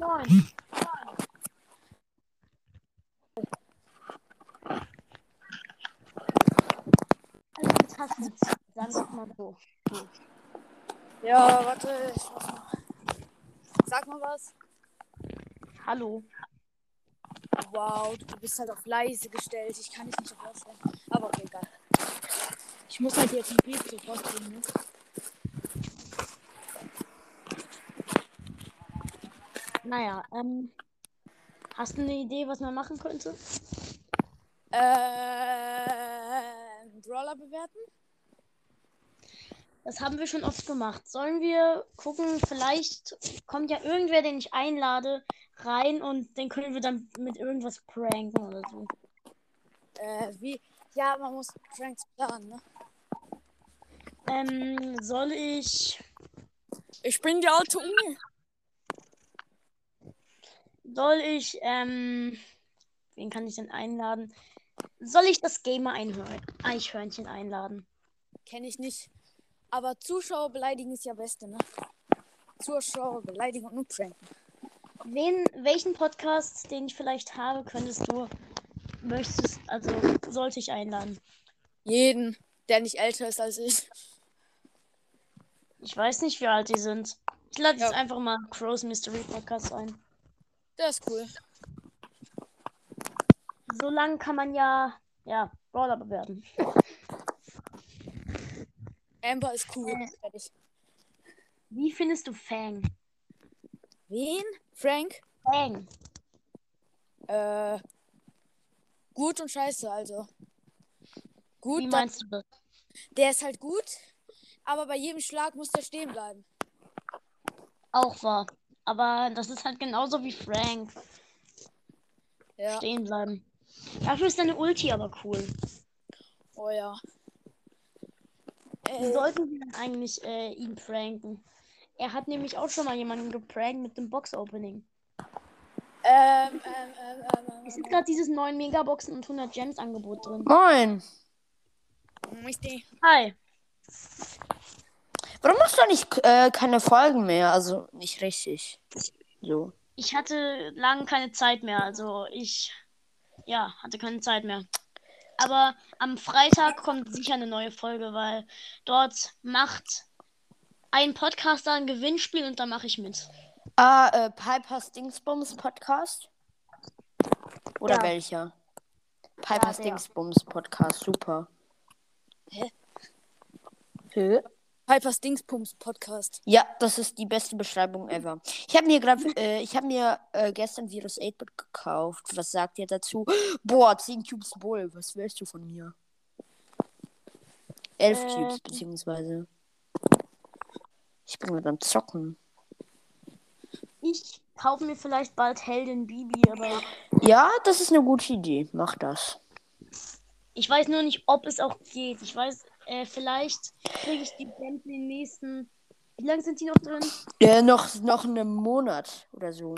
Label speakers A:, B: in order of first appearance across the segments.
A: Moin. Also, jetzt hast du Sagen wir mal so.
B: Ja, warte, ich muss mal. Sag mal was.
A: Hallo.
B: Wow, du bist halt auf leise gestellt. Ich kann dich nicht auf laut stellen. Aber okay, egal. Ich muss halt jetzt ein Brief sofort kriegen, ne?
A: Naja, ähm. Hast du eine Idee, was man machen könnte?
B: Äh, Brawler bewerten?
A: Das haben wir schon oft gemacht. Sollen wir gucken, vielleicht kommt ja irgendwer, den ich einlade, rein und den können wir dann mit irgendwas pranken oder so.
B: Äh, wie? Ja, man muss Pranks planen, ne?
A: Ähm, soll ich.
B: Ich bin die alte Uni.
A: Soll ich, ähm. Wen kann ich denn einladen? Soll ich das Gamer-Eichhörnchen einladen?
B: Kenne ich nicht. Aber Zuschauer beleidigen ist ja Beste, ne? Zuschauer beleidigen und nur pranken.
A: Wen, welchen Podcast, den ich vielleicht habe, könntest du, möchtest, also sollte ich einladen?
B: Jeden, der nicht älter ist als ich.
A: Ich weiß nicht, wie alt die sind. Ich lade
B: Ja.
A: jetzt einfach mal Crow's Mystery Podcast ein.
B: Der ist cool.
A: So lang kann man ja, ja, Brawler bewerten.
B: Amber ist cool. Fertig.
A: Wie findest du Fang?
B: Wen? Frank?
A: Fang.
B: Äh, gut und scheiße, also.
A: Wie
B: Gut, dann,
A: meinst du das?
B: der ist halt gut, aber bei jedem Schlag muss der stehen bleiben.
A: Auch wahr. Aber das ist halt genauso wie Frank.
B: Ja,
A: Stehen bleiben. Dafür ist deine Ulti aber cool.
B: oh ja.
A: Wir
B: Äh,
A: sollten wir dann eigentlich äh, ihn pranken. Er hat nämlich auch schon mal jemanden geprankt mit dem Box-Opening.
B: ähm, ähm, ähm, ähm,
A: Es ist gerade dieses 9 Megaboxen und 100 Gems-Angebot drin.
C: Moin.
B: ähm. Ich denk-
A: Hi.
C: Warum machst du nicht äh, keine Folgen mehr? Also nicht richtig. So.
A: Ich hatte lange keine Zeit mehr. Also ich, ja, hatte keine Zeit mehr. Aber am Freitag kommt sicher eine neue Folge, weil dort macht ein Podcaster ein Gewinnspiel und da mache ich mit.
C: Ah, äh, Pipers Dingsbums Podcast? Oder
A: Ja.
C: welcher? Pipers
A: der.
C: Dingsbums Podcast, super.
B: Hä?
C: Hä?
B: Pipers Dingspums Podcast.
C: Ja, das ist die beste Beschreibung ever. Ich habe mir gerade, äh, ich habe mir äh, gestern Virus 8-Bit gekauft. Was sagt ihr dazu? Boah, 10 Cubes Bull, was willst du von mir? 11
A: Ähm.
C: Cubes, beziehungsweise. Ich bin gerade am Zocken.
A: Ich kaufe mir vielleicht bald Heldin Bibi, aber
C: Ja, das ist eine gute Idee. Mach das.
A: Ich weiß nur nicht, ob es auch geht. Ich weiß, äh, vielleicht kriege ich die Gems in den nächsten. Wie lange sind die noch drin?
C: Äh, noch, noch einen Monat oder so.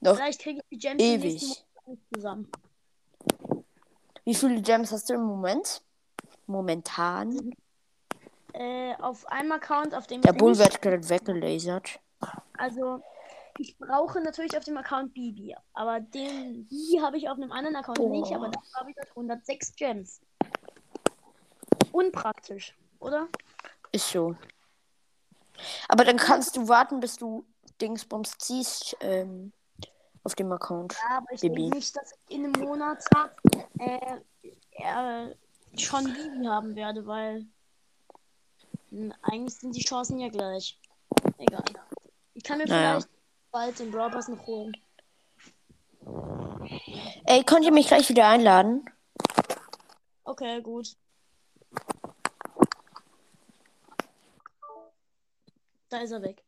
C: Doch.
A: Vielleicht kriege ich die Gems in den nächsten
C: Ewig.
A: Monaten zusammen.
C: Wie viele Gems hast du im Moment? Momentan.
A: Äh, auf einem Account, auf dem
C: Der
A: ich
C: Bull
A: nicht-
C: wird gerade weggelasert.
A: Also, ich brauche natürlich auf dem Account Bibi. Aber den Bibi habe ich auf einem anderen Account
C: Boah.
A: nicht. Aber da habe ich halt 106 Gems. Unpraktisch, oder?
C: Ist so. Aber dann kannst du warten, bis du Dingsbums ziehst ähm, auf dem Account.
A: Ja, aber ich
C: Bibi.
A: denke nicht, dass ich in einem Monat äh, äh, schon Bibi haben werde, weil hm, eigentlich sind die Chancen ja gleich. Egal. Ich kann mir
C: Naja.
A: vielleicht bald den Brawl Pass noch holen.
C: Ey, könnt ihr mich gleich wieder einladen?
A: Okay, gut. Da ist er weg.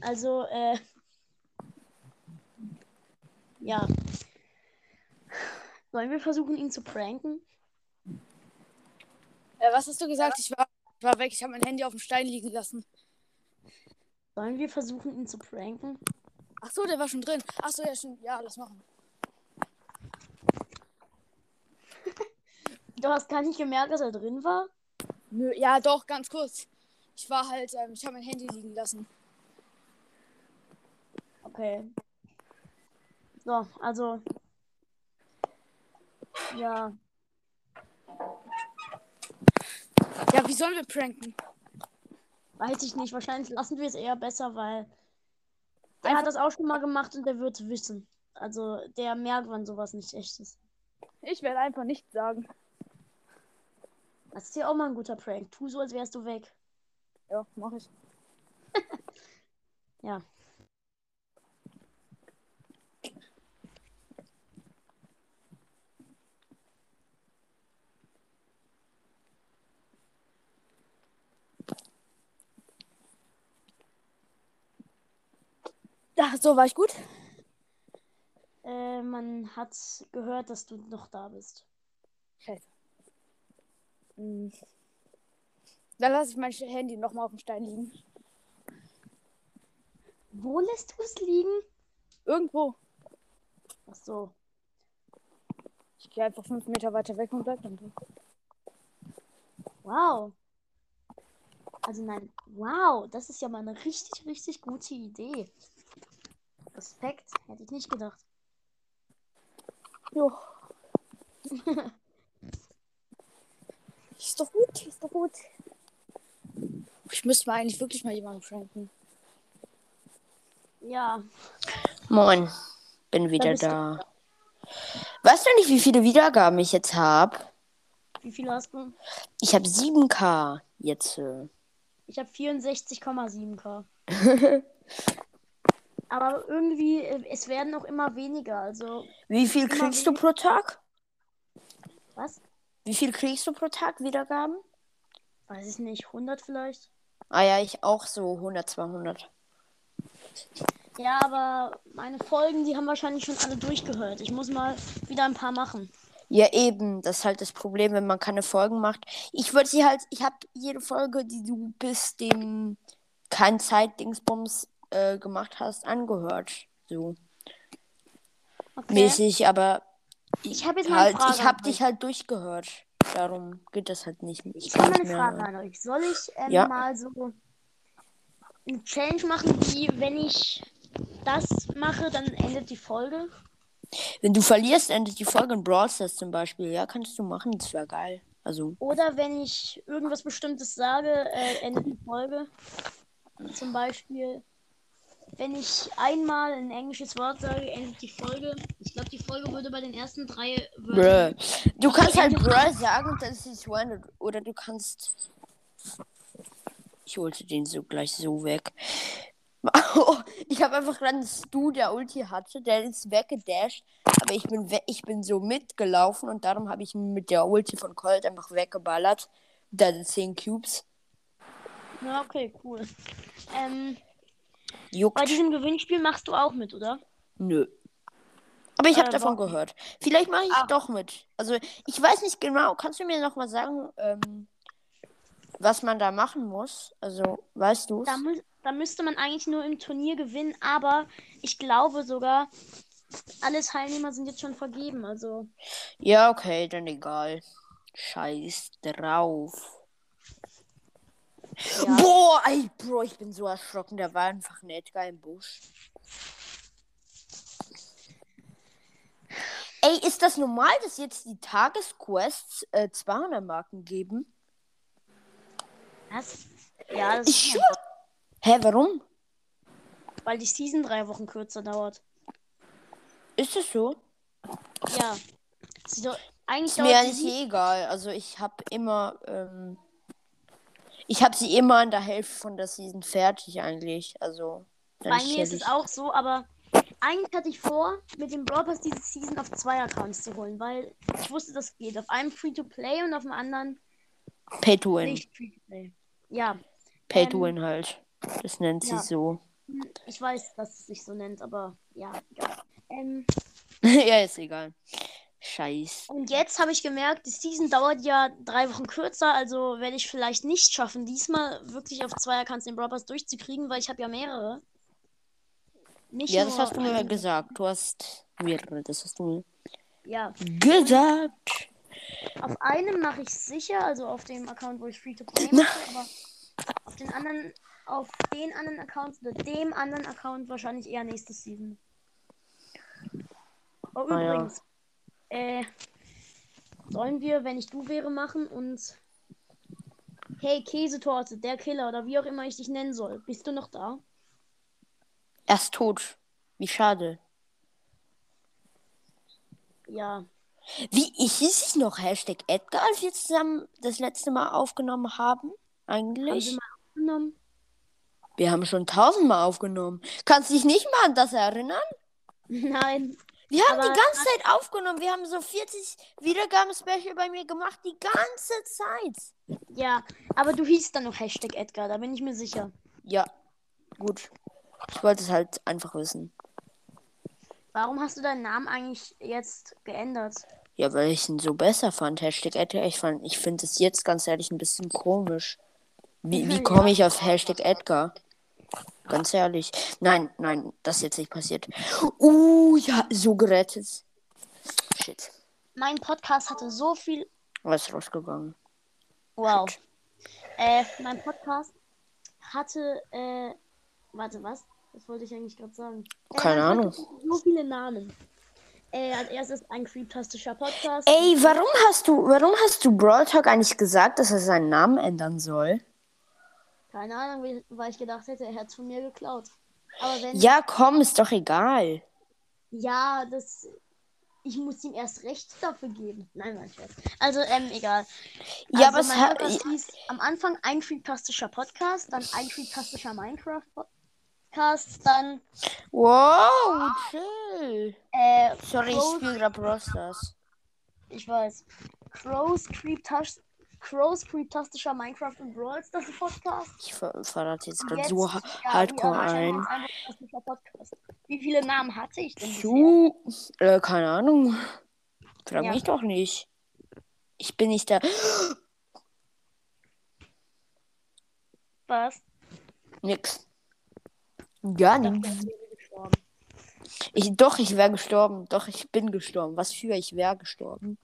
A: Also, äh. Ja. Wollen wir versuchen, ihn zu pranken?
B: Äh, was hast du gesagt? Ich war, ich war weg. Ich habe mein Handy auf dem Stein liegen lassen.
A: Sollen wir versuchen, ihn zu pranken?
B: Ach so, der war schon drin. Ach so, ja, schon. Ja, lass machen.
A: Du hast gar nicht gemerkt, dass er drin war?
B: Nö, ja, doch, ganz kurz. Ich war halt, ähm, ich habe mein Handy liegen lassen.
C: Okay.
A: So, also. Ja.
B: Ja, wie sollen wir pranken?
A: Weiß ich nicht. Wahrscheinlich lassen wir es eher besser, weil der hat das auch schon mal gemacht und der wird wissen. Also der merkt, wann sowas nicht echt ist.
B: Ich werde einfach nichts sagen.
A: Das ist ja auch mal ein guter Prank. Tu so, als wärst du weg.
B: Ja, mach ich.
A: Ja.
B: Ja, so war ich gut.
A: Äh, man hat gehört, dass du noch da bist.
B: Scheiße. Hm. Dann lasse ich mein Sch- Handy nochmal auf dem Stein liegen.
A: Wo lässt du es liegen?
B: Irgendwo.
A: Ach so.
B: Ich gehe einfach fünf Meter weiter weg und bleib dann da.
A: Wow. Also nein, wow, das ist ja mal eine richtig, richtig gute Idee. Respekt, hätte ich nicht gedacht.
B: Jo. ist doch gut, ist doch gut. Ich müsste mal eigentlich wirklich mal jemanden pranken.
A: Ja,
C: Moin. Bin
A: Da
C: wieder
A: bist du
C: da. Weißt du nicht, wie viele Wiedergaben ich jetzt habe?
A: wie viele hast du?
C: Ich habe 7k jetzt. äh.
A: Ich habe 64,7k. Aber irgendwie, äh, es werden auch immer weniger. Also,
C: Wie viel
A: Immer
C: kriegst du pro Tag?
A: was?
C: Wie viel kriegst du pro Tag Wiedergaben?
A: Weiß ich nicht, 100 vielleicht?
C: Ah ja, ich auch so 100, 200.
A: Ja, aber meine Folgen, die haben wahrscheinlich schon alle durchgehört. Ich muss mal wieder ein paar machen.
C: Ja, eben. Das ist halt das Problem, wenn man keine Folgen macht. Ich würde sie halt, ich habe jede Folge, die du bis dem kein Zeitdingsbums äh, gemacht hast, angehört. So
A: Okay.
C: mäßig, aber
A: Ich habe jetzt mal eine
C: halt,
A: Frage.
C: ich habe
A: an
C: dich
A: euch.
C: halt durchgehört. Darum geht das halt nicht.
A: Ich habe mal
C: nicht
A: eine
C: mehr-
A: Frage an euch. Soll ich ähm,
C: Ja.
A: mal so eine Challenge machen, wie wenn ich das mache, dann endet die Folge?
C: Wenn du verlierst, endet die Folge in Brawl Stars zum Beispiel. Ja, kannst du machen, das wäre geil. Also,
A: Oder wenn ich irgendwas Bestimmtes sage, äh, endet die Folge. Zum Beispiel, wenn ich einmal ein englisches Wort sage, endet die Folge. Ich glaube, die Folge würde bei den ersten drei
C: bruh.
A: Wörtern.
C: Du kannst halt bruh sagen und dann ist es random. Oder du kannst. Ich holte den so gleich so weg. Oh, ich habe einfach gerade einen Stu, der Ulti hatte, der ist weggedasht. Aber ich bin, we ich bin so mitgelaufen und darum habe ich ihn mit der Ulti von Colt einfach weggeballert. Da sind 10 Cubes.
A: Ja, okay, cool. Ähm, bei
C: Juckt.
A: diesem Gewinnspiel machst du auch mit, oder?
C: Nö. Aber ich habe
A: Äh,
C: davon gehört. Vielleicht mache ich
A: Ah.
C: doch mit. Also ich weiß nicht genau. Kannst du mir noch mal sagen, ähm, was man da machen muss? Also weißt du?
A: Da, mü da müsste man eigentlich nur im Turnier gewinnen, aber ich glaube sogar, alle Teilnehmer sind jetzt schon vergeben. Also,
C: Ja, okay, dann egal. Scheiß drauf.
A: ja.
C: Boah, ey, Bro, ich bin so erschrocken. Da war einfach ein Edgar im Busch. Ey, ist das normal, dass jetzt die Tagesquests äh, 200 Marken geben?
A: Was? Ja, das
C: Ich
A: ist
C: schwör. Hä, warum?
A: weil die Season drei Wochen kürzer dauert.
C: Ist es so?
A: Ja. Sie do- eigentlich
C: Ist mir
A: dauert
C: eigentlich
A: die
C: eh egal. Also ich habe immer, ähm, ich habe sie immer in der Hälfte von der Season fertig eigentlich. Also dann
A: Bei mir ist
C: chill
A: es
C: ich.
A: auch so, aber eigentlich hatte ich vor, mit dem Brawl Pass diese Season auf zwei Accounts zu holen, weil ich wusste, das geht. Auf einem Free-to-Play und auf dem anderen
C: Pay to win.
A: nicht Free-to-Play. Ja,
C: Pay
A: ähm,
C: to win halt. Das nennt
A: ja.
C: sie so.
A: ich weiß, dass es sich so nennt, aber ja, egal. Ähm,
C: ja, ist egal. Scheiß.
A: und jetzt habe ich gemerkt, die Season dauert ja drei Wochen kürzer, also werde ich vielleicht nicht schaffen, diesmal wirklich auf zwei Accounts den Brawl Pass durchzukriegen, weil ich habe ja mehrere. Nicht
C: Ja, das
A: nur
C: hast du mir
A: einen.
C: gesagt. Du hast mir, das hast du
A: Ja,
C: mir gesagt.
A: Auf einem mache ich sicher, also auf dem Account, wo ich Free to Play mache, aber auf den anderen auf den anderen Account oder dem anderen Account wahrscheinlich eher nächste Season. Oh,
C: Ah, ja.
A: übrigens. Äh, sollen wir, wenn ich du wäre, machen und. Hey, Käsetorte, der Killer oder wie auch immer ich dich nennen soll. Bist du noch da?
C: Er ist tot. Wie schade.
A: Ja.
C: Wie ich hieß ich noch Hashtag Edgar, als wir zusammen das letzte Mal aufgenommen haben?
A: Haben
C: Eigentlich?
A: wir mal aufgenommen?
C: wir haben schon tausendmal aufgenommen. Kannst dich nicht mal an das erinnern?
A: Nein.
C: Wir haben
A: Aber-
C: die ganze Zeit aufgenommen. Wir haben so 40 Wiedergaben-Special bei mir gemacht. Die ganze Zeit.
A: Ja, aber du hießt dann noch Hashtag Edgar, da bin ich mir sicher.
C: Ja, gut. Ich wollte es halt einfach wissen.
A: Warum hast du deinen Namen eigentlich jetzt geändert?
C: Ja, weil ich ihn so besser fand. Hashtag Edgar. Ich, fand- ich finde es jetzt ganz ehrlich ein bisschen komisch. Wie, wie
A: Ja.
C: komme ich auf Hashtag Edgar? Ganz ehrlich. Nein, nein, das ist jetzt nicht passiert. Uh, ja, so gerettet. Shit.
A: Mein Podcast hatte so viel
C: Was ist rausgegangen?
A: Wow. Äh, mein Podcast hatte, äh, warte, was? Das wollte ich eigentlich gerade sagen. Äh,
C: Keine
A: mein
C: Ahnung.
A: Podcast hatte So viele Namen. Äh, als erstes ein creeptastischer Podcast.
C: Ey, warum hast du, warum hast du Brawl Talk eigentlich gesagt, dass er seinen Namen ändern soll?
A: Keine Ahnung, wie- weil ich gedacht hätte, er hätte es von mir geklaut. Aber wenn,
C: Ja, komm, ist doch egal.
A: ja, das, ich muss ihm erst Recht dafür geben. Nein, nein, ich weiß. Also, ähm, egal.
C: Ja, aber
A: also
C: es
A: mein
C: ha-
A: Podcast hieß am Anfang ein creeptastischer Podcast, dann ein creeptastischer Minecraft-Podcast, dann,
C: Wow, chill.
A: äh,
C: Sorry, ich
A: Brawl-
C: spiele gerade Brawl Stars.
A: Ich weiß. Crows Creeptas- Crows Creeptastischer Minecraft und Brawl Stars Podcast.
C: Ich ver verrate jetzt
A: Und
C: gerade
A: jetzt-
C: so ha
A: ja,
C: hardcore
A: ja, wahrscheinlich
C: ein.
A: jetzt einfach Creeptastischer Podcast. Wie viele Namen hatte ich denn? bisher?
C: Zu, äh, keine Ahnung. Frag
A: Ja.
C: mich doch nicht. Ich bin nicht da.
A: Was?
C: Nix. Gar nichts. Ich, doch, ich wäre gestorben. Doch, ich bin gestorben. Was für, ich wäre gestorben.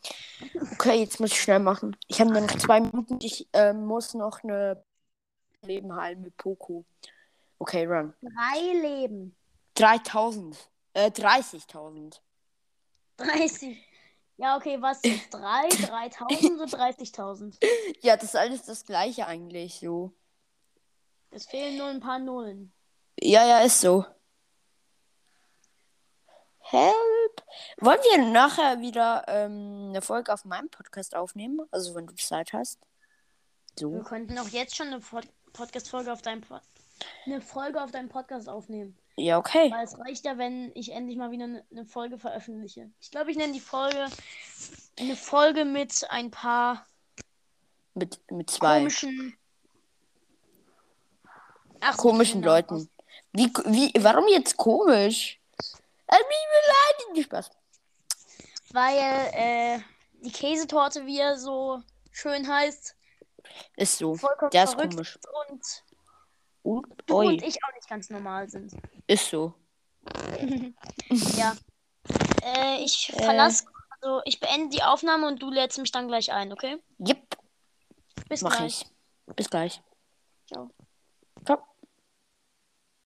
C: Okay, jetzt muss ich schnell machen. Ich habe nur noch zwei Minuten. Ich äh, muss noch eine Leben heilen mit Poco. Okay, run.
A: Drei Leben.
C: 3000. Äh, 30.000.
A: 30. Ja, okay, was ist 3, 3000 und 30.000?
C: Ja, das ist alles das gleiche eigentlich so.
A: Es fehlen nur ein paar Nullen.
C: Ja, ja, ist so. Help. Wollen wir nachher wieder ähm, eine Folge auf meinem Podcast aufnehmen? Also, wenn du Zeit hast.
A: Wir
C: So.
A: könnten auch jetzt schon eine Pod Podcast-Folge auf deinem Pod eine Folge auf deinem Podcast aufnehmen.
C: Ja, okay.
A: Weil es reicht ja, wenn ich endlich mal wieder eine Folge veröffentliche. Ich glaube, ich nenne die Folge eine Folge mit ein paar
C: Mit, mit zwei
A: komischen. Ach,
C: komischen
A: ich finde
C: Leuten. Wie, wie, warum jetzt komisch? Äh, Mich beleidigt. Spaß.
A: auch- Weil äh, die Käsetorte, wie er so schön heißt,
C: Ist so.
A: vollkommen
C: Der ist
A: verrückt
C: komisch.
A: und
C: Und,
A: du und
C: oi,
A: ich auch nicht ganz normal sind.
C: ist so.
A: Ja. Äh, ich verlasse, also ich beende die Aufnahme und du lädst mich dann gleich ein, okay?
C: Jep,
A: Bis
C: mach
A: gleich.
C: ich. Bis gleich.
A: Ciao.